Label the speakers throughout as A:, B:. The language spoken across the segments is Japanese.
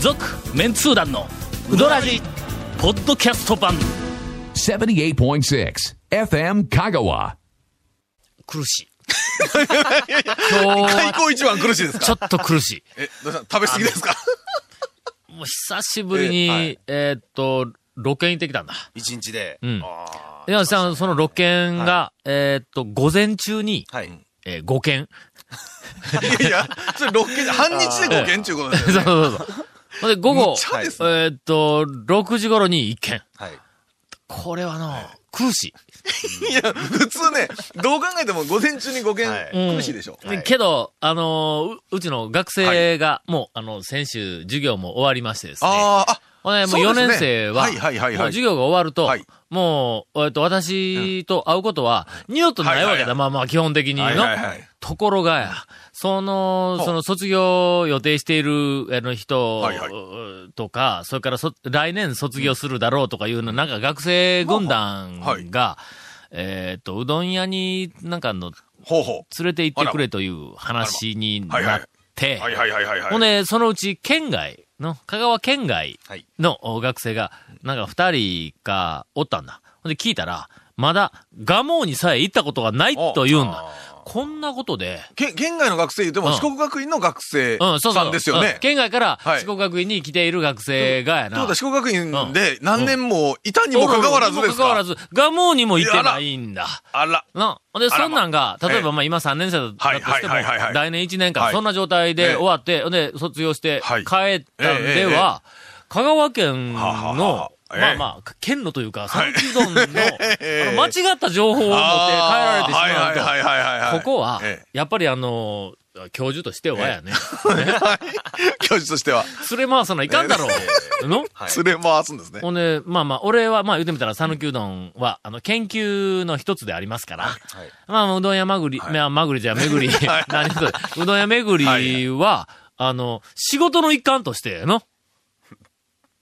A: 続メンツー団のウドラジポッドキャスト版
B: 78.6 FM Kagawa.
A: 苦しい
C: 今日開口一番苦しいです
A: ちょ
C: か
A: っと苦し
C: え、どうした食べ過ぎですか
A: いもう久しぶりにえ
C: えはい
A: ーっとロケに行ってきたんだ
C: 一日で。
A: うん
C: あー
A: でさんそのロケが、えーっと午前中に、
C: はい。
A: えー5件
C: いやいや、それ6件、半日で5件っていうことで
A: そ
C: す
A: う
C: よ
A: そう
C: ね。
A: そう ほんで午後
C: むっちゃですね
A: えーっと6時頃に1件
C: はい。
A: これはの、苦しい
C: いや、普通ね、どう考えても午前中に5
A: う
C: 件
A: ん
C: 苦しいでしょ。
A: けど、あのーう、うちの学生が、もう、あの、先週、授業も終わりましてですね。
C: あーあ、
A: ほんでもう
C: そう
A: 4
C: ですね
A: 年生は、
C: はいはいはいはい
A: もう授業が終わると、
C: はい
A: もう、えっと、私と会うことは、二度とないわけだ。
C: はいはいはい
A: まあまあ、基本的にの。
C: はいはいはい
A: ところがや、その、
C: ほう
A: その卒業予定している、あの人、
C: はいはい
A: とか、それからそ、来年卒業するだろうとかいうの、なんか学生軍団が、
C: はい
A: えっと、うどん屋になんかの、
C: ほうほ
A: 連れて行ってくれという話に
C: あら
A: なって、
C: う。はいはいはいはいはい。
A: ほんで、そのうち県外の、香川県外
C: はい
A: のお学生が、なんか二人かおったんだ。ほんで聞いたら、まだ、蒲生にさえ行ったことがないと言うんだ。こんなことで、
C: け県外の学生言うて
A: う
C: も
A: ん
C: 四国学院の学
A: う
C: 生
A: ん、そうそう。
C: さんですよ
A: うん
C: ね。
A: 県外から
C: はい
A: 四国学院に来ている学生がや
C: という
A: な。
C: ことは四国学院で何年もいたにもかかわらずで
A: おるおるに
C: すか
A: もかかわらず、蒲生にも行ってないんだ。
C: あら。
A: な、ほんで、
C: あらま
A: そんなんが、例えば
C: え
A: まあ今3年生だった
C: はい
A: としても、
C: はいはいはいはい
A: 来年1年
C: は
A: 間、
C: い
A: そんな状態で
C: ええ
A: 終わって、ほんで、卒業して
C: はい
A: 帰ったんで
C: えええええ
A: は、香川県
C: はは
A: の
C: は、ええ
A: まあまあ、県のというか、讃岐う どんの、あの
C: ええ
A: 間違った情報を持って帰られてし
C: あー
A: まうと、
C: はいはいはいはいはい
A: ここは
C: ええ、
A: やっぱりあの、教授としてはやね、
C: 教授としては、
A: 連れ回さないかんだろう、 の
C: 連れ回すんですね。
A: ほんで、まあまあ、俺は、まあ言うてみたら、讃岐うどんは、あの、研究の一つでありますから、まあまあ、うどん屋まぐり、まあまぐり じゃ、めぐり、何と、うどん屋めぐりは、あの、仕事の一環として の、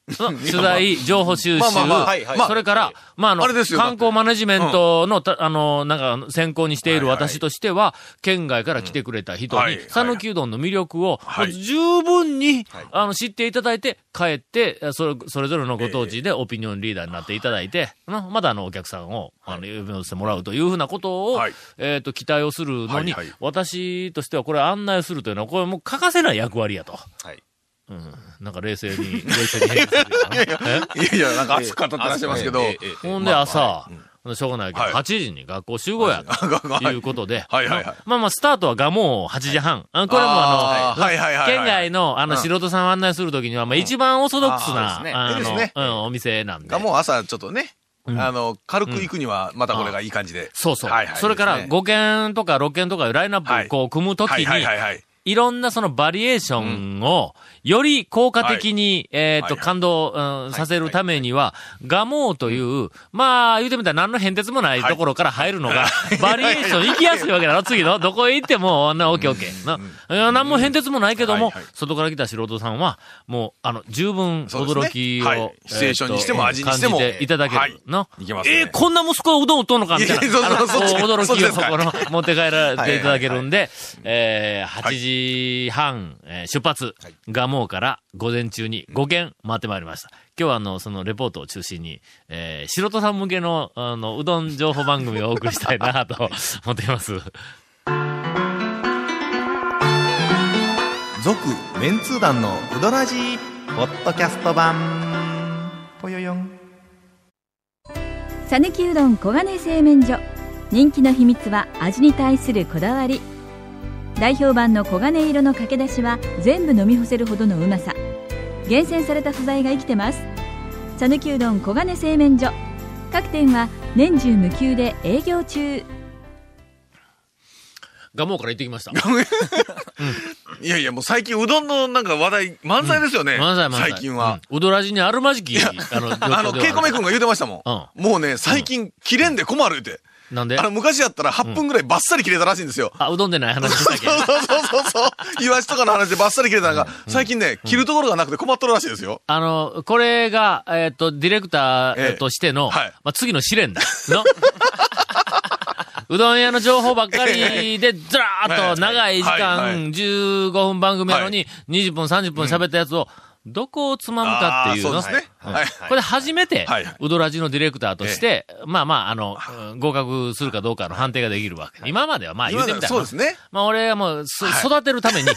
A: の取材、情報収集、
C: まあまあまあはいはい
A: それから、まあ、あの、
C: あれですよ
A: 観光マネジメントの、たあの、なんか、先行にしている
C: はいはい
A: 私としては、県外から来てくれた人
C: うんは
A: に
C: いは、い
A: 讃岐うどんの魅力を、
C: はい
A: もう十分に
C: はい、
A: あの、知っていただいて、帰って、えそれ、それぞれのご当地でオピニオンリーダーになっていただいて、のまだあの、お客さんを、あの、呼び戻してもらうというふうなことを、
C: はい
A: えっ、と、期待をするのに、
C: はいはい
A: 私としてはこれ案内をするというのは、これもう欠かせない役割やと。
C: はい
A: うん。なんか冷静に、冷静に返事するよなえ
C: いやいや、なんか熱く語ってらっしゃいますけど、
A: ほんで朝、しょうがないけど、
C: はい
A: 8時に学校集合や、ということで、
C: はいはいはい
A: まあまあ、スタートはガモ8時半。あのこれはもうあの、
C: あーはいはいはいはい
A: 県外の、あの、
C: うん
A: 素人さんを案内するときには、まあ一番オーソドックス
D: あーそう
A: な
D: で、すね
A: あ
C: いいです
A: の、
C: ね
A: うん、お店なんで。
C: がもう朝ちょっとね、あの、軽く行くには、またこれがいい感じで。
A: そうそう。
C: はいはい
A: それか
C: いい
A: ら、
C: ですね
A: 5件とか6件とかいうラインナップをこう組むとき
C: はい
A: に、
C: はい
A: い
C: はいはい。
A: ろんなそのバリエーションを、より効果的に、えっと、
C: はいはい
A: 感動、うんさせるためには、ガモという、まあ、言うてみたら何の変哲もないところから入るのが、バリエーション行きやすいわけだろ、次の。どこへ行っても、な、オッケーオッケー。な、いや何も変哲もないけども
C: はいはい、
A: 外から来た素人さんは、もう、あの、十分
C: そうですね
A: 驚き
C: はい
A: を、
C: シチュエーションにして
A: え
C: も
A: っと
C: 味にしても
A: 感じていただけ
C: はい
A: る。の。
C: いけますね
A: えー、こんな息子がうどんをとんのかみたい
C: いやいやそ
A: な。あの
C: そっち
A: 驚
C: そっ
A: き
C: ち
A: を
C: です
A: そ
C: か
A: この 持って帰られていただけるんで、えー、8時半、えー出発、蒲生から午前中に5軒回ってまいりました。今日はあの、そのレポートを中心に、えー、素人さん向けの、あの、うどん情報番組をお送りしたいなと思っています。
D: 続メンツー団のウドラジーポッドキャスト版ぽよよん
E: さぬきうどん黄金製麺所人気の秘密は味に対するこだわり代表版の黄金色のかけだしは全部飲み干せるほどのうまさ厳選された素材が生きてます「さぬきうどん黄金製麺所」各店は年中無休で営業中
A: 蒲生から行ってきました。
C: いやいや、もう最近うどんのなんか話題、満載ですよね。
A: ごめんなさい、ごめんなさい
C: 最近は。。
A: うんうどらじにあるまじき、あの、
C: あの、ケイコメ君が言うてましたもん。もうね、最近、切れんで困るって。
A: なんで
C: あの、昔やったら8分ぐらいバッサリ切れたらしいんですよ。
A: あ、うどんでない話でしたっけ
C: そうそうそうそう。イワシとかの話でバッサリ切れたのが、最近ね、切るところがなくて困っとるらしいですよ。
A: あの、これが、えっ、と、ディレクタ
C: ええ
A: ーとしての、
C: はい
A: まあ、次の 試練だ。のうどん屋の情報ばっかり で、ずらーっと長い時
C: はいはい
A: 間、15分番組なのに、20分、30分喋ったやつを、どこをつまむかっていうの。
C: あーそうですね
A: ん
C: はい
A: これ初めて
C: はいはい、
A: ウドラジのディレクターとして、まあまあ、あの、うん合格するかどうかの判定ができるわけ。今まではまあ言うてみたら
C: そうですね。
A: まあ俺はもう、す育てるため に、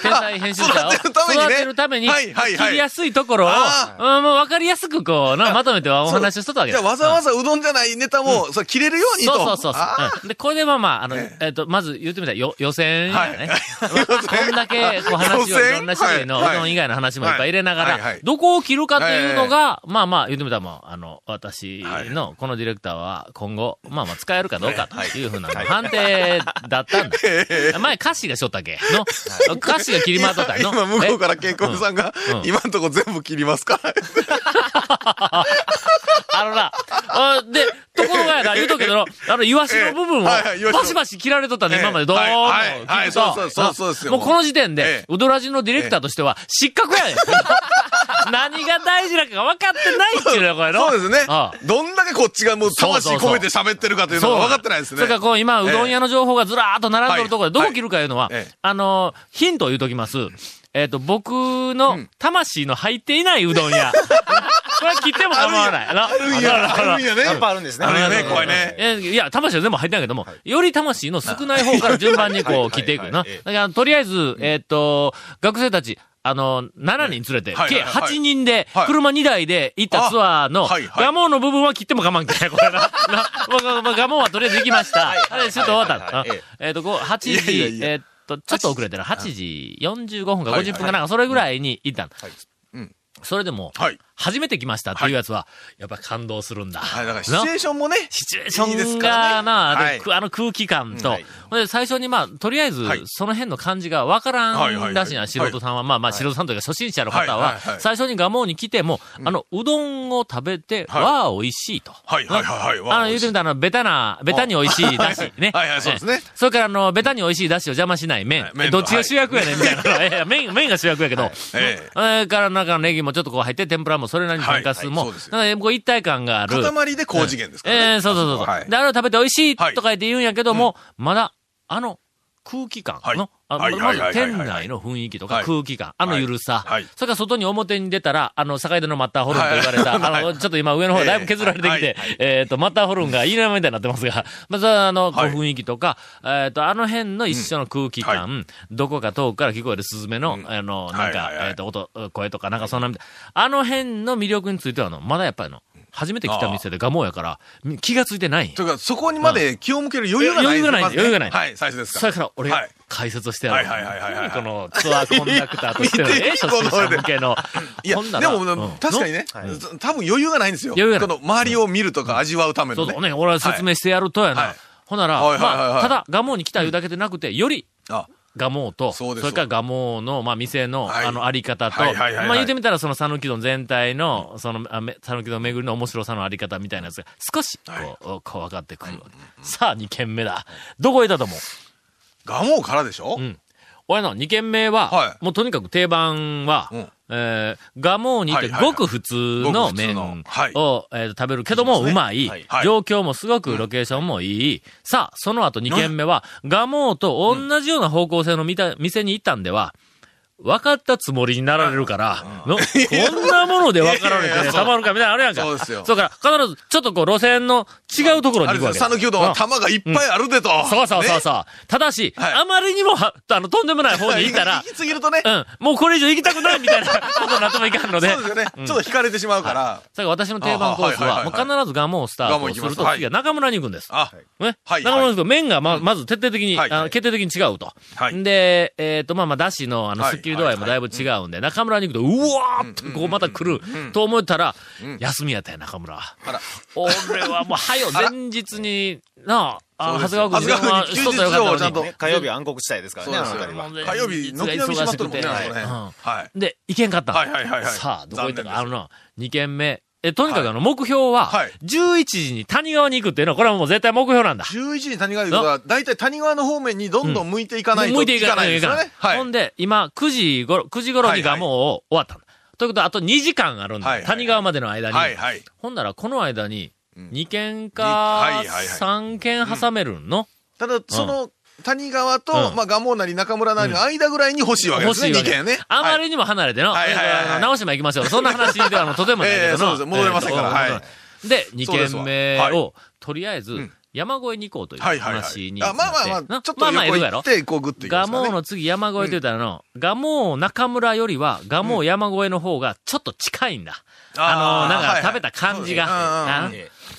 A: 天才編集者を
C: 育てるためにね
A: 育てるために、
C: はいはいはい
A: 切りやすいところを、
C: あ
A: うんもうわかりやすくこう、な、まとめてはお話をしとったわけ
C: じ
A: だ
C: ゃあわざわざうどんじゃないネタも、そう切れるようにと。
A: そうそうそうそう
C: あー
A: うんで、これでまあまあ、あの、えっ、と、まず言ってみたら、よ予選やね。 こんだけ、こう話
C: 予
A: を、
C: 選
A: いろんな種類の、
C: はいう
A: どん以外の話もいっぱい入れながら、
C: はいはい
A: どこを切るかっていうのが、まあまあ、言ってみたら、まあ、あの、私の、このディレクターは今後、まあまあ、使えるかどうかというふうな判定だった んだ。前、歌詞がしょったっけの、歌詞が切り回っとったんやの。
C: 今、向こうから
A: え
C: 健康さんが
A: うんう、ん
C: 今んとこ全部切りますから。
A: あのな、あで、ところがやな、言うとくけどの、あの、イワシの部分を、
C: ええはいはいイワシの
A: バシバシ切られとったね、
C: ええ
A: 今までどうも、
C: はいはいは
A: 聞
C: い
A: くと
C: そうそうそうそうですよ
A: もうこの時点で
C: ええ、
A: ウドラジのディレクターとしては、失格 やねん。何が大事なかが分かってないっていうのよ、これの。
C: そうですね
A: ああ。
C: どんだけこっちがもう魂込めて喋ってるかというのが分かってないです
A: そ
C: ね
A: れか。らこう今、うどん屋の情報がずらーっと並んでるところで、
C: は
A: ど
C: い
A: こ切るかいうのは、
C: はいええ
A: あのー、ヒントを言うときます。えっ、と、僕の魂の入っていないうどん 屋。これは切っても構わない。あの
C: いや、あるんやね。
D: やっぱあるんですね。
C: あるよ
A: あ
C: ね、
A: の
C: 怖いね。
A: えーいや、魂は全部入ってないけども、より魂の少ない方から順番にこう、切っていくよな。だから、とりあえず、えーっと、学生たち、あの、7人連れて
C: は、い
A: 計
C: はいはい
A: 8人で
C: は、い
A: 車2台で行ったツアーの、
C: あはいはい
A: ガモの部分は切っても我慢 けない、これな。なまあガモはとりあえず行きました。あれ、ちょっと終わった。あえーっと、こう、8時、
C: いやいやいや
A: えーっと、ちょっと遅れてる。8時45分か50分かなんか、それぐらいに行ったの
C: うん
A: それでも
C: はい、
A: 初めて来ましたっていうやつは、やっぱ感動するんだ。
C: はい、だからシチ
A: な
C: ュエーションもね。
A: シチュエーショ
C: いいです
A: ン
C: から
A: が
C: ね
A: な、で
C: はい
A: くあの空気感と、
D: うんはい
A: ほんで最初にまあ、とりあえず
C: はい、
A: その辺の感じがわから
C: はいはいは
A: ん
C: い
A: らしいな、素人さんは、まあまあ、素人さんというか初心者の方
C: はい
A: は
C: はいは、い
A: 最初にガモに来ても、あの、うどんを食べて、
C: はい
A: わあ、美味しいと。
C: はいはいはいはい。
A: あの、言うてみたら、あの、ベタな、ベタに美味しいだし、ね。
C: はいはいそうですね
A: ええそれから、あの、ベタに美味しいだしを邪魔しない麺
C: はい。麺
A: え
C: と
A: どっちが主役やねん、みたいな。いやいや麺、麺が主役やけど。
C: ええ
A: それから、なんかネギもちょっとこう入って、天ぷらもそれなりに添加数も、
C: はいはいそうですよ
A: なんかこう一体感がある。
C: 塊で高次元ですからね。
A: ええそうそうそうそう、
C: はい
A: で、あれを食べて美味しい
C: はい
A: とか言って言うんやけども、まだ、あの、空気感の、
C: はい
A: あ
C: はい
A: ま
C: はい
A: ず
C: はいはい
A: 店内の雰囲気と
C: は
A: か
C: い
A: 空気感、あのゆるさ、
C: はい
A: それから外に表に出たら、あの、境田のマッターホルンと言われ た、
C: は
A: あ
C: い
A: の、ちょっと今上の方だいぶ削られてきて、えっ、と、マッターホルンがいいなみたいになってますが、 まずはあの、こう
C: はい
A: 雰囲気とか、えっ、と、あの辺の一緒の空気感、どこか遠くから聞こえるスズメの、あの、なんか、
C: はいはいはい
A: えっ、と、音、声とか、なんかそんなみたいあの辺の魅力については、あの、まだやっぱりの、初めて来た店でガモやから、み気がついてないんや
C: というか、そこにまで気を向ける余裕がないですね。
A: 余裕がない余裕がない
C: まずねはい、最初です
A: そ
C: か
A: れ
C: ら。
A: から俺
C: は
A: が
C: い
A: 解説をしてやる。
C: はいはいはいはいはい
A: このツアーコンダクターとしての、
C: 見て
A: え、
C: み
A: 初心者向けの。
C: いや、
A: ほんな
C: で
A: ら
C: も、
A: うん
C: 確かにね、多分余裕がないんですよ。
A: 余裕がない
C: この周りを見るとか味わうため
A: そ
C: の
A: う
C: ね。
A: そうね、俺は説明してやるとやな。
C: はい
A: ほなら、
C: はいはいはいはい
A: まあ、ただ、ガモに来たいうだけでなくて、より、
C: あ、
A: ガモと、
C: そうです
A: れからガモの、まあ、店の、
C: はい
A: あの、あり方と、
C: はいはいはいはい
A: まあ、言ってみたら、その、讃岐丼全体の、その、あめ讃岐丼巡りの面白さのあり方みたいなやつが、少し、こう、こう分かってくるわけ。さあ、2軒目だ。どこへだと思う
C: ガモからでしょ
A: ん俺の2軒目は、
C: はい
A: もうとにかく定番は、
C: うん
A: えー、ガモーにて
C: はいはいはい
A: ごく普通の麺
C: ごく
A: を
C: 普通の、はい
A: えー食べるけどもうまい、
D: はい
C: はい
A: 状況もすごくロケーションもいい。さあ、その後2軒目は、ガモーと同じような方向性の見た店に行ったんでは、分かったつもりになられるから、のこんなもので分かられ
C: いやい
A: て
C: や
A: たまるかみたいなのあるやんか。
C: そうですよ
A: だから、必ず、ちょっとこう、路線の違うところに行
C: あれ
A: く
C: で
A: わ
C: す
A: け。
C: よ、讃岐うどん
A: う
C: は
A: ん
C: 玉がいっぱいあるでと。
A: そうそうそう
C: ね
A: そう。ただし、
C: はい
A: あまりにもは、あの、とんでもない方に行ったら
C: 行、き過ぎるとね、
A: うん、もうこれ以上行きたくないみたい なことになってもいかんので。
C: そうですよね、ちょっと惹かれてしまうから。
A: だから私の定番コースは、
C: あはいはいはい
A: もう
C: はい
A: 必ずガモをスタートする
C: 蒲生行き
A: と
C: ま、す
A: 次は中村に行くんです。
C: あ、
A: ね。
C: はい
A: 中村に行くと、麺がま、まず徹底的に、
C: はい
A: あの決定的に違うと。
C: はい
A: で、えっ、と、まあまあ、だしの、あの、
C: はい
A: スッキリ度合いもだいぶ違うんで、中村に行くと、うわーっとこうまた来る、と思ったら、休みやったよ、中村。
C: あら、
A: 俺はもう、はよ、前日に、なあ、あの、
C: そう
A: 長
C: です
A: 谷川君に電話しとったらよかったのに。
C: 長谷川君に休日情報をちゃんと
D: ね火曜日は暗黒地帯ですからね、あの
C: そうですよ
D: 辺りは。
C: 火曜日、軒並みしまっとるもんね、あのね。
A: うん
C: はい。
A: で、行けんかったの
C: はいはいはいはい
A: さあ、どこ行ったか。あの
C: 残念
A: な、2軒目。え、とにかくあの、目標は
C: はい、
A: 11時に谷川に行くっていうのは、これはもう絶対目標なんだ。
C: 11時に谷川いうのは、だいたい谷川の方面にどんどん向いていかないと。
A: 向いていかないとい
C: です
A: か
C: よ
A: ない
C: ね。。はい
A: ほんで、今、9時頃、9時頃にがもう終わったんだ。ということは、あと2時間あるん
C: は
A: だ
C: い。はい
A: 谷川までの間に。
C: はいはい。
A: ほんなら、この間に、2軒
C: は
A: か
C: いはいはい
A: 3軒挟めるの
C: ただ、その、谷川と、
A: うん
C: まあ、蒲生なり中村なりの間ぐらいに欲しいわけで
A: 欲
C: す
A: し
C: ね、
A: いわ
C: 2
A: け
C: 件ね。
A: あま
C: はい
A: りにも離れての、
C: はいはいはいはい
A: えーあの直島行きましょう。そんな話ではあのとてもないけど
C: え
A: な
C: えそうです戻れませんから
A: えー
C: はい
A: 戻れませんで、
C: そうです
A: 2軒
C: わ
A: 目を、
C: は
A: とりあえず、
C: ん
A: 山越えに行こうという
C: はいはいはい。
A: 話にな
C: あ
A: って。
C: まあまあま
A: な
C: あ、ちょっ
A: まあ
C: と
A: まあ
C: 横
A: いるや
C: 行
A: ろ
C: っ。て、こうグッと行きま
A: ガ
C: すか
A: モ
C: ら
A: ーの
C: ね。
A: 次山越えと言ったらの、ガモー中村よりは、ガモー山越えの方がちょっと近いんだ。あの、
C: あー
A: なん
C: は
A: か
C: い
A: 食べた感じが。
C: そう
A: な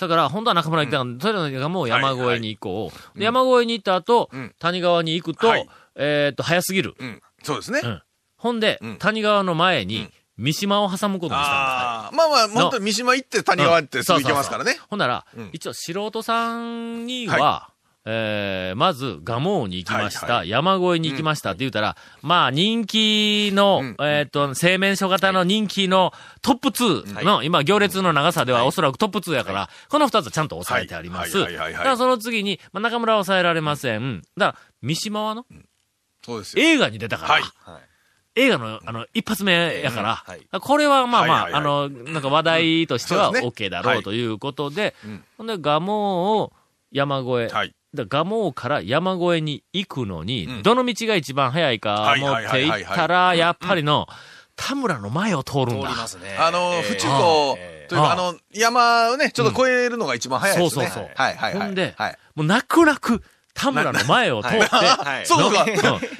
A: だから、本当は中村行ったの、とりあえずガモー山越えに行こう。で山越えに行った後
C: うん、
A: 谷川に行くと
C: はい、
A: えーっと、早すぎる。
C: うん。そうですね
A: う。ん。ほんで
C: うん、
A: 谷川の前に、三島を挟むことにしたんです。
C: ああ、まあまあ、本当に三島行って谷川ってすぐ行けますからね。
A: ほんなら
C: うん、
A: 一応素人さんに
C: は
A: は、えーまず、ガモーに行きまし
C: はい
A: た、山越えに行きましたって言ったら、まあ、人気の
C: うん、
A: えーっと、製麺所型の人気のトップ2の、今、行列の長さではおそらくトップ2やから、この2つはちゃんと押さえてあります。
C: はい
A: だ
C: はいはいはいはい
A: から、その次に、まあ中村は抑えられません。だから、三島はの、
C: そうですよ。
A: 映画に出たから、
C: はい
A: 映画の、あの、一発目やから、
D: ええうん
A: これはまあまあ、
C: はいはい
A: あの、なんか話題としては
C: うんそうです
A: OK だろ
C: は
A: う
C: い
A: ということで、
C: うん
A: ほんで、ガモを山越え、
C: はい。
A: だガモから山越えに行くのに、
C: ん
A: どの道が一番早いか
C: はい
A: 持
C: はい
A: っ
C: は
A: て
C: いはい
A: い
C: はい
A: ったら、やっぱりの、田村の前を通る
D: 通
A: ん
D: り
A: だ。
D: ますね。
C: あの、
D: えー
C: 府中湖
D: え
C: というか、
A: あ
C: あの、山をね、ちょっと越えるのが一番早いですね。
A: うんそうそうそう
C: はいはいは
A: ほ
C: い。
A: んで
C: はい。
A: もう泣く泣く、田村の前を通って、
D: ーはい。
C: そうか
A: うん。
C: い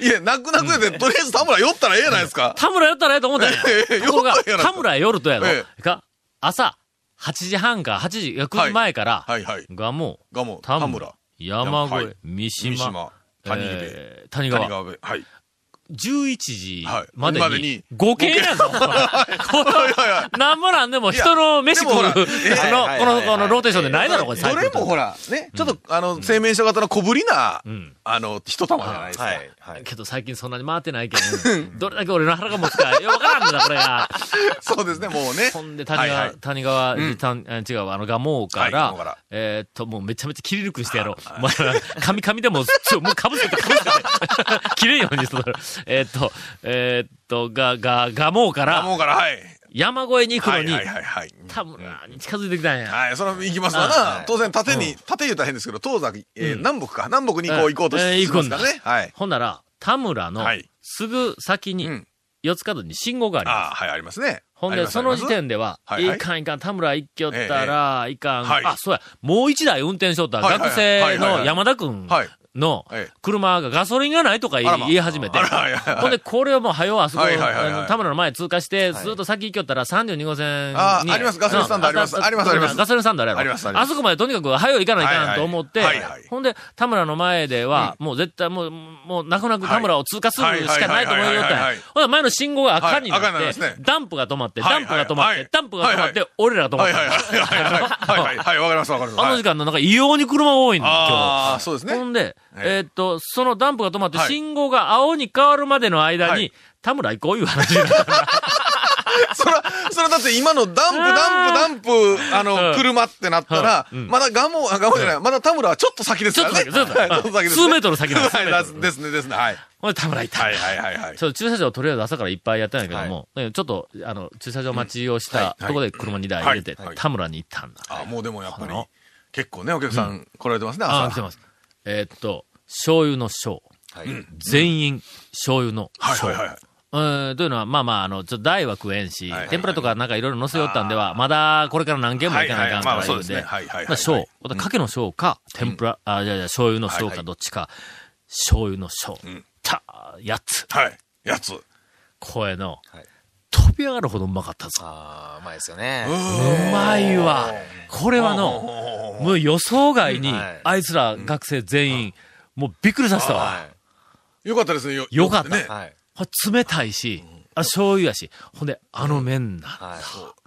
C: や、泣く泣くで、とりあえず田村寄ったらええやないですか。
A: 田村やったらええと思ったんや。
C: ええ
A: ところが
C: よっとやな
A: 田村夜とやろ
C: え。
A: が、朝、8時半か8時、9時前から、
C: はいはい。
A: がもう、
C: がもう、
A: 田
C: 田
A: 村
C: 村、、
A: 山越え、
C: はい
A: 三島、
C: 三島、谷辺、
A: えー谷川、
C: 谷川辺。 はい。
A: 11時
C: はい
A: まで
C: まで
A: に
C: に、
A: 5件やぞ、こ
C: はいはいはい
A: れ。なんもなんでも人の飯食う、
C: い
A: あ
C: やでもほら
A: の、この、このローテーションでないだろ、これ、
C: どれもほ
A: ら。
C: ら、ね、ちょっと、あの、製麺所型の小ぶりな
A: う、ん。
C: あの、一玉じゃないですか。
D: はい。はい。
A: けど最近そんなに回ってないけん、どれだけ俺の腹が持つか、よくわからんのだ、これが。
C: そうですね、もうね。
A: ほんで、谷川、
C: はいはい
A: 谷川、
C: うん
A: たんあ違うわ、あの、ガモーか
C: は
A: ら、
C: い蒲生から
A: えーっと、もうめちゃめちゃ切り抜くしてやろう。まあ、髪、髪でも、ちょ、もうかぶせて、かぶせて。切れんようにしとる。えーっと、えーっと、が、が、ガモーか
C: あ、
A: ら、
C: もうから、はい。
A: 山越えに行く
C: は
A: の
C: い
A: に、
C: はいはいはい。
A: 田村に近づいてきたんや。
C: はい、その行きますわ
D: うん
C: な。当然、縦に、縦言うたら変ですけど、東西、えー南北か。南北にこう行こうと
A: うんえー
C: し
A: 行
C: て
A: く
C: ま
A: ん
C: す
A: だ
C: からね。はい。
A: ほんなら、田村の
C: はい、
A: すぐ先に、
C: うん
A: 四つ角に信号があります。
C: ああ、はい、ありますね。
A: ほん
C: あり
A: で、
C: ます
A: その時。点では、
C: はいいはい
A: いかんいかん、田村行きよったら、いかん、
C: はい
A: あ、そうや、もう一台運転しとった、
C: はいはい
A: 学生
C: はいはい
A: の
C: はい
A: 山田くん
C: はい
A: の
C: ええ
A: 車がガソリンがないとか言い,、
C: あらま
A: 言い始めて、
C: あらはいはいはい
A: ほんで、これをもう早うあそこ、
C: はいはいはいはい
A: あの田村の前通過して、ずっと先行きよったら32号線に。
C: あありますガソリンスタンドあります
A: た
C: ありますあります
A: ガソリンスタンドあるやろ
C: ありますあります
A: そこまでとにかく早う行かない
C: はい
A: か
C: は
A: ん
C: い
A: と思って、
C: はいはい
A: ほんで、田村の前では、もう絶対もう、もう泣く泣く田村を通過するしかないと思いよったん
C: はいはいはいはいは
A: や
C: いはい。
A: ほんで、前の信号が赤になって、
C: はい赤になりますね
A: ダンプが止まって、
C: はい
A: ダ
C: は
A: ン
C: い
A: プが止まっ
C: は
A: て
C: い、
A: ダンプが止まっ
C: は
A: て、俺らが止まっ
C: はい
A: て
C: はい。はいはいはい。はいはいはい、わかりますわかります。
A: あの時間のなんか異様に車が多いんだ、今日。
C: ああー、そうですね。
A: ほんで、
C: ええ
A: えーっと、そのダンプが止まって、
C: はい
A: 信号が青に変わるまでの間に、
C: はい
A: 田村行こういう話になっ た。
C: そら、そらだって今のダンプ、ダンプ、ダンプ、あ
A: うん
C: の、車ってなったら、
A: うん
C: まだガモ、あガモじゃない、まだ田村はちょっと先です
A: ちょ
C: か
A: っ
C: ら
A: と
C: ね。
A: 先、ちょっと先。
C: はいちょっと先ですね
A: 数メートル先の。数メー
C: はい
A: ト
C: で
A: ル
C: すですね、ですね。はい。
A: ほんで、田村行った。
C: はいはいはいはい
A: ち。ょっと駐車場をとりあえず朝からいっぱいやったんやけども、ねちょっと、あの、駐車場待ちをしたところで車2台入れて、
C: はいはい
A: 田村に行ったんだ。
C: あ、もうでもやっぱり
A: あの、
C: 結構ね、お客さん来られてますね、
A: あ
C: 朝。
A: あ、来てます。えーっと、醤油の醤。
D: はい。
A: 全員、醤油の
C: はい
A: 醤。
C: はいはい。
A: うん、というのは、まあまあ、あの、ちょっと台は食えんし、
C: はい
A: 天ぷらとかなんかいろいろ乗せよったんでは、まだこれから何軒も行かないかんから
C: はいはいまあ
A: 言
C: そううんで
A: で、
C: すねはいはいはいはい
A: まあ醤、また、かけの醤か、天ぷら、あ、じゃじゃ醤油の醤
C: はい
A: か
C: はい
A: どっちか、醤油の醤、
C: ん
A: た、やつ、
C: はい。やつ。う
A: 声の、
D: はい
A: 飛び上がるほどうまかったぞ。
D: ああ、うまいですよね。
A: うまいわ。これは
C: ほう
A: の、
C: ほうほうほう
A: もう予想外に
D: はい、
A: あいつら学生全員、もうびっくりさせたわ。
D: は
C: よかったですね、よ
A: よかった
C: ね
D: い。はい。
A: ほら冷たいし、あ醤油やし、ほんで、あの麺な。
D: は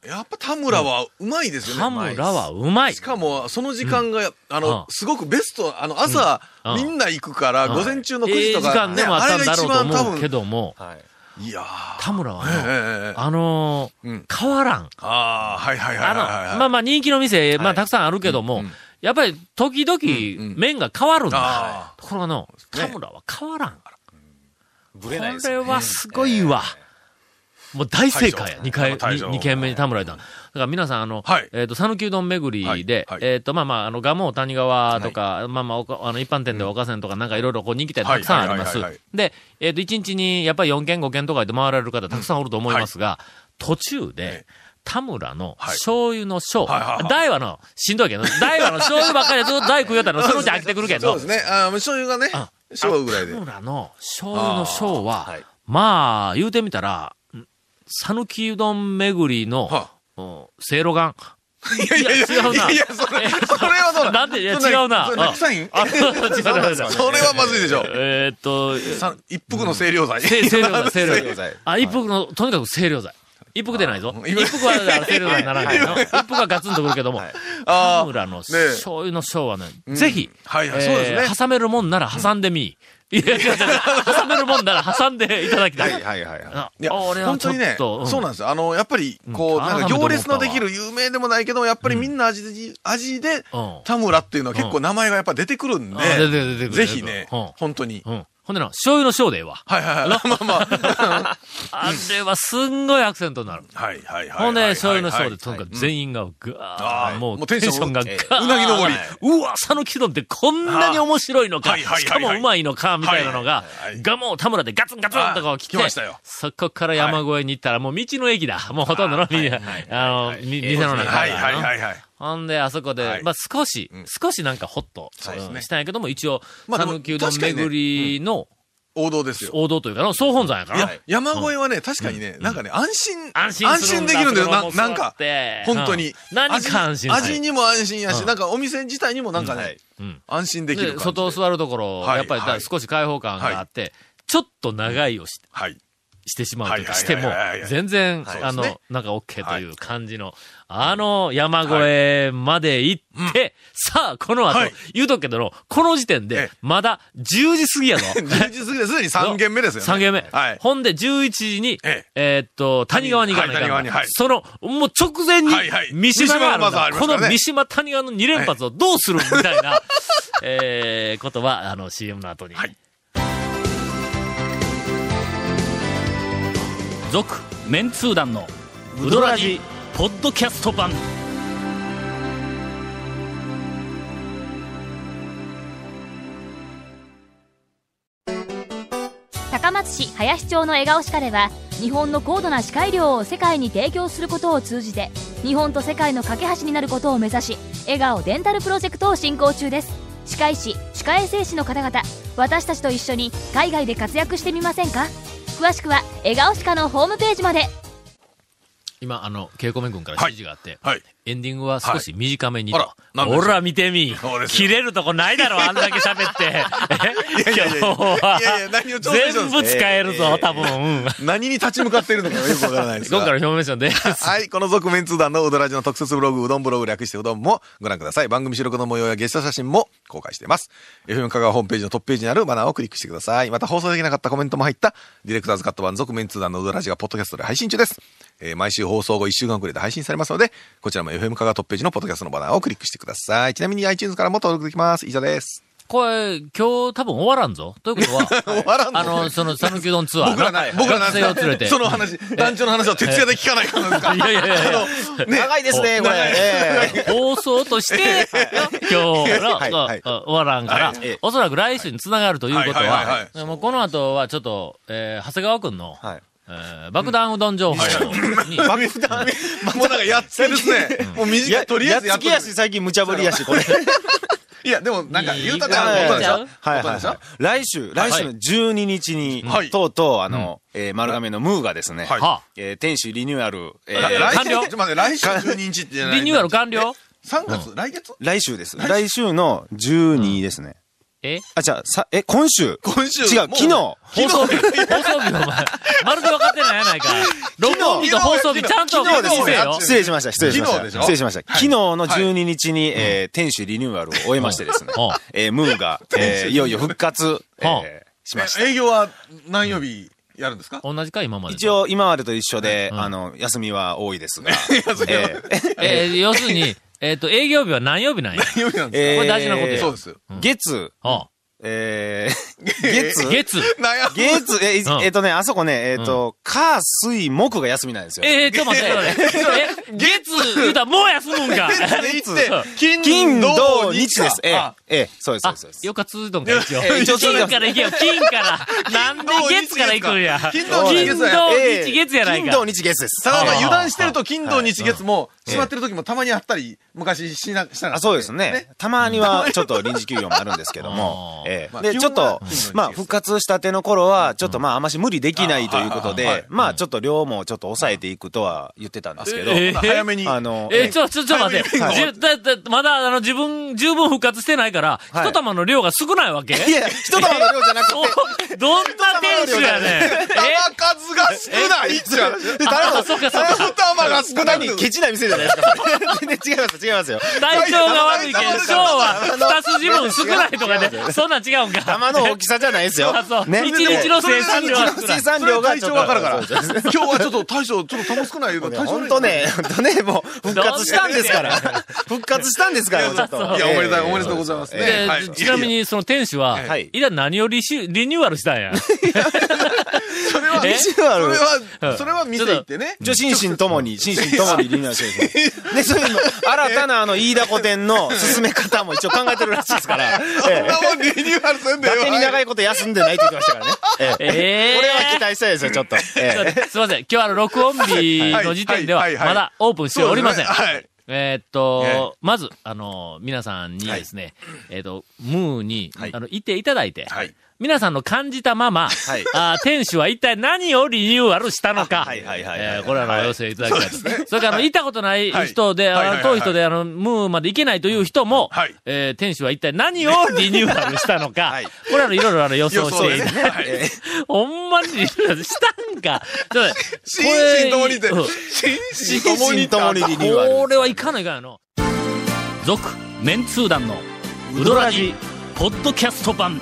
D: い。
C: やっぱ田村はうまいですよね。
A: 田村はうまい。
C: しかも、その時間が、あ
A: ああ
C: の、すごくベスト、あの、朝
A: うんああ、
C: みんな行くから、午前中の9時と
A: ええ時
C: か、
A: 間でもあったんだろうと思うけ
C: ど。
A: ども、
D: はい。
C: いやー
A: 田村は
C: ええ
A: ね、
C: ええええ
A: あのー
C: うん
A: 変わらん。
C: ああ、はいはいはい
A: あ
C: はい
A: の、
C: はいはい。
A: まあまあ人気の店、まあ
D: はい
A: たくさんあるけども、
C: うんうん
A: やっぱり時
C: うん
A: 々
C: うん
A: 麺が変わるんだ
C: あ。
A: ところがの、
C: ね
A: 田村は変わらん。
D: ぶれないです
A: こ
D: よ
A: れ
D: ね。
A: はすごいわ。もう大正解や。
C: 大将
A: 2回、
C: 大将
A: 2軒目に田村いた。だから皆さん、あの、
C: はい
A: えっ、と、讃岐うどん巡りで、
C: はいはい
A: えっ、と、まあまあ、あの、蒲生谷川とか、まあまあおか、あの、一般店では岡線とかなんかいろいろこう人気店たくさんあります
C: はいはいはいはい。
A: で、えっ、と、1日にやっぱり4軒5軒とかで回られる方たくさんおると思いますが、途中で
C: え、
A: 田村の
C: はい
A: 醤油の醤、
C: はいはいはい
A: 大和の、しんどいけど、大和の醤油ばっかりでずっと大食うよったら、そのうち飽きてくるけど、
C: そうですね。あー醤油がね
A: あ、
C: 醤油ぐらいで
A: 田。村の醤油の醤は、
C: あーはい
A: まあ、言うてみたら、讃岐うどん巡りの、
C: は
A: うんせいろがん。
C: いやいやいや、
A: 違うない
C: や、それ、それはそうだ。
A: なんで、いや、
C: そん
A: 違うな。
C: そんな臭いん
A: あ あ違う違う違う
C: それはまずいでしょ。
A: えーっと、
C: さ一服の清涼剤。
A: せ清涼 剤、清
D: 清
A: 涼剤
D: 涼剤。
A: あ、一服の、とにかく清涼剤。一服でないぞ。
C: あ
A: 一服はだから清涼剤になら ないの。一服はガツンとくるけども、
C: あ
A: 田
C: ー
A: 村の
C: ねえ
A: 醤油の醤はね、ぜひ、
C: はいはい、
A: えー
C: そうですね。
A: 挟めるもんなら挟んでみい。いや、違う違う違う。挟めるもんなら挟んでいただきたい。
D: はいはいはいはい。
A: あ
C: いや、
A: 俺は
C: 本
A: ちょ
C: 当
A: っ
C: にね、
A: と、
C: そうなんですよ。あの、やっぱり、
A: う
C: こう、
A: ん
C: なんか行列のできる有名でもないけど、やっぱりみんな味で、味で
A: うん、
C: 田村っていうのは結構名前がやっぱ出てくるん
A: あ出てく
C: で、
A: る出てくる
C: ぜひね、
A: うん
C: 本当に。
A: うん。ほんでな、醤油の醤でええわ。
C: はいはいはい。まあまあ。
A: あれはすんごいアクセントになる。
C: はいはいはい。
A: ほんで、醤油の
C: は
A: 醤
C: い
A: で、とにかく全員がガ
C: あ
A: ー
C: ー
A: も
C: も
A: う
C: う
A: テ
C: テ
A: ン
C: ン
A: シ
C: シ
A: ョ
C: ョ
A: ン
C: ン
A: がガ
D: ええ
A: ー
C: うなぎ登り
A: うわ、讃岐うどんってこんなに面白いのか。
C: はいはいはいはい
A: しかもうまいのか、みたいなのが
C: はいはい、
A: ガモ田村でガツンガツンとこう来て
C: あー来ましたよ、
A: そこから山越えに行ったら、もう道の駅だ。もうほとんどの、みんなあの、み店の中
C: はい
A: だな
C: はいはいはい。
A: ほんで、あそこで、
C: はい
A: まあ少し、
C: うん
A: 少しなんかホッと、
C: そうですね
A: うんしたんやけども、一応、
C: まあでも
A: 讃岐うどん
C: 確かにね
A: 巡りの
C: 王道ですよ。
A: 王道というか、総本山やから
C: い
A: な
C: や、山越えはね、確かにね、なんかね、安心、
A: 安心するんだ
C: 安心できるんだよ、
A: それはも
C: な
A: う
C: な
A: そ
C: ん
A: うだっ
C: か
A: て。
C: 本当に
A: うん。何か安心
C: 味味にも安心や
A: う
C: し、
A: ん
C: なんかお店自体にもなんか
D: は
C: ね
D: い、
A: うん
C: 安心できる
A: で、
C: 感じで。
A: 外を座るところ、
C: はい
A: やっぱり
C: はい
A: 少し開放感があって、ちょっと長いをし
C: はい。
A: してしまうというか、
C: はい
A: しても
C: はいはいはいは、い
A: 全然、
C: はい
A: あの、
C: そうですね
A: なんか OK という感じの、あの、山越えまで行って、さあ、この後、
C: はい
A: 言うとくけどの、この時点で
C: ええ、
A: まだ10時過ぎや ぞ。
C: 10時過ぎですでに3軒目ですよね。
A: 3軒目。
C: はい。
A: ほんで、11時に、え
C: ええ
A: ーっと、谷川に行かないかんの
C: はい谷川にはい
A: その、もう直前に
C: はいはい、
A: 三島があるんだ
C: 三島がまずあります
A: こ
C: から
A: の
C: ね
A: 三島谷川の2連発をどうするみたいな、 えー、ことは、あの、CM の後に。
C: はい
F: 続メンツー団のウドラジポッドキャスト版
G: 高松市林町の笑顔歯科では日本の高度な歯科医療を世界に提供することを通じて日本と世界の架け橋になることを目指し笑顔デンタルプロジェクトを進行中です歯科医師歯科衛生士の方々私たちと一緒に海外で活躍してみませんか詳しくは笑顔歯科のホームページまで
A: 今、あの、稽古面君から指示があって、
C: はい。
A: エンディングは少し短めにと。
C: はいあらなんで
A: ほら、見てみ
C: そう。です
A: 切
C: よ
A: れるとこないだろ、あんだけ喋 って。え
C: いやいやい
A: 今
C: や
A: 日はい
C: やいや何を調整してる
A: 全
C: んですか
A: 部使えるぞ、多分。うん
C: 何に立ち向かっているのかよくわからないです
A: 今
C: が。
A: 回の表面書で。
C: はい。この続面通談のうどらじの特設ブログ、うどんブログ略してうどんもご覧ください。番組収録の模様やゲスト写真も公開しています。FM 香川ホームページのトップページにあるバナーをクリックしてください。また放送できなかったコメントも入った、ディレクターズカット版続面通談のうどらじがポッドキャストで配信中です。えー毎週放送後1週間くらいで配信されますので、こちらも FM 香川トップページのポッドキャストのバナーをクリックしてください。ちなみに iTunes からも登録できます。以上です。
A: これ、今日多分終わらんぞ。ということは、
C: 終わらんの
A: あの、その、讃岐うどんツアー。
C: 僕らな、僕らなん
A: 学生を連れて。
C: その話、団長の話は徹夜で聞かないからですか。
A: いやいやいやいや
C: あのね
D: 長いですね、これ。ええ
A: 放送と して、今日の、
D: はい
A: が
D: はい
A: 終わらんから、
D: はいええ
A: おそらく来週につながるということ
C: はいはいは
A: はいでもうこの後はちょっと、えー長谷川くんの、
D: はい
A: えー爆弾うどん情報に、
D: バビフタン。
C: もうなんかやってですね。 もう短い、とりあえずや
D: や
C: っとく
D: っつけやし、最近無茶ぶりやし、これ。
C: いや、でもなんか
A: いい
C: 言うたって
A: はい
C: あことでし
A: は
C: ょ
A: い
D: はい
C: こと
D: はい
C: でしょ
D: はい。来週、来週の12日に
C: はい、
D: とうとう、あの、えー丸亀のムーがですね、
C: はい
A: は
D: えー天使リニューアル、え
A: はい
D: ー
C: 来週
A: 完了
C: ちょっと待って、来週12日ってじゃ
A: あ、
C: ない
A: リニューアル完了
C: ?3 月来月
D: 来週です。来週の12ですね。
A: え
D: あ、じゃあ、さ、え、今週
C: 今週
D: 違う、
C: も
D: 昨日。
A: 放送日、放送日お前、まるで分かってないやないか。録音日と放送日ちゃんと
C: 昨日
A: 確認せよ
C: 昨日。
D: 失礼しました、失礼しまし
C: 昨日
D: た。
C: でしょ
D: 失礼しました。昨日の
C: はい
D: 12日に、えー天使リニューアルを終えましてですね
A: うんうん、
D: えームーが、えーいよいよ復活、えー
A: うん
D: しました。
C: 営業は何曜日やるんですか
A: 同じか、今までと。
D: 一応、今までと一緒で、
A: うん
D: あの、休みは多いですが。
C: 休みは
D: えー
A: えー、要するに、えっと、営業日は何曜日なんや。
C: 何曜日なんです
D: えー
A: これ大事なこと
C: か
A: や
C: そうです。
D: 月、
A: はあ
D: え
C: 月
A: 月。
C: 悩
D: ー、
C: む。
D: 月、え、い
A: うん
D: えっとね、あそこね、えっと、火、水、木が休みなんですよ。
A: ええちょっと待って、ちょっと待ってえ、月、言うたらもう休むんか。
C: 月って
D: 金、
C: 金、
D: 土、
C: 土、
D: 日
C: 日
D: で
C: ですす。。
D: えー
A: あ、
D: えー、そうです、そ
A: あ
D: うですそうで、す。
A: よかつうどんか一応。
D: ええ一応そう
A: 金から行けよ、金から。なんで月から行くんや。
C: 金土日
A: 金
C: 月
A: 土
C: だよ
D: えー
A: 日月やない
D: 金、
A: か。
D: 土、日、月です。
C: ただまあ
A: あー
C: 油断してると金土日月も閉まってる時もたまにあったり、昔しな、した
D: あそうですね。たまには、ちょっと臨時休業もあるんですけども
A: あ。ー
D: ええ
C: まあ
D: で、
C: 基
D: ちょっ
C: 本は
D: と
C: うん、
D: まあ、復活したての頃は、ちょっとまあ、あんまし無理できないということ
C: あはいはい
D: で、まあ、ちょっと量もちょっと抑えていくとは言ってたんですけど、
A: え
C: まあ早めに。
D: あの、
A: えー、ちょ、ちょ、ちょ、待って。じゅ
D: はい
A: だだまだ、あの、自分、十分復活してないから、
D: はい
A: 一玉の量が少ないわけ
D: いや、一玉の量じゃなくて、
A: おどんな店主やねん。
C: 玉数が少な いって話。
D: で頼む
A: あそうかそうか
C: 玉が少ない。
D: 何ケチな店じゃないですか、それ全然違い ます、違いますよ。
A: え体調が悪いけど、今日は二筋分少ないとかね。そんなん違うんか。
D: 玉の大きさじゃないですよ
A: あそう。
D: ね
A: 一日の生産量は
D: 一
A: 少
D: 日の
A: ない
D: 生。産量が
C: 体
D: ちょっ
C: 調
D: と。
C: わかるから。
D: そうそう
C: 今日はちょっと大将、ちょっと玉少ないよ。体調悪い
D: 本当ね、本当ね、もう、復活したんですから。
A: ど
D: 復活したんですから、ちょっと。
A: そう
C: いや、おめでとう、おめでとうございます
D: ええ
C: ね。
A: で
C: はい
A: ちなみ、に、その店主は、
D: はい
A: いだ何をリシュリニューアルしたんや。
C: それは、
A: え
D: 一応あ
C: それ
D: る。
A: うん
C: は、それは店行ってね。
D: 一応、心身ともに、心身ともにリニューアルしてるん ですよで、そういうの、新たなあの、飯田古典の進め方も一応考えてるらしい ですから。
C: そん
D: ええ
C: なもんリニューアルすんだ
D: だ
C: よ。
D: てに長
C: い。
D: いこと休んでないって言ってましたからね。ええ
A: ええ
D: これは期待したいですよ、ちょっと。え
A: ちょっ
D: え
A: とすいません。今日あの、録音日の時点では
C: は、いはいはいは
A: ま
C: い
A: だオープンしておりません。
C: そうですねはい
A: えーっと、まず、あの、皆さんにですね、えーっと、ムーに、
C: はい
A: あの、いていただいて、
C: はい
A: 皆さんの感じたまま、
D: い
A: あー店主は一体何をリニューアルしたのか、
D: あはいはいはいはい
A: えーこれはあの、要請いただきたいと。それから、あの、行ったことない人で、
C: はいはいはい
A: あの遠い人で、あの、ムーまで行けないという人も、
C: はい
A: えー店主は一体何をリニューアルしたのか、
D: はい
A: これはあの、いろいろあの、予
C: 予
A: 想し
C: 想
A: て
C: で
A: い
C: ね。
A: ただいて
C: はい
A: ほんまに リニューアルしたんか。ちょっと待っ て、
C: 心身ともにって
A: これうん。
C: 心身とも
D: 心
C: に
D: 身ともにリニューアル。
A: これはいかないかんやの。
F: 続メンツー団のウドラジポッドキャスト版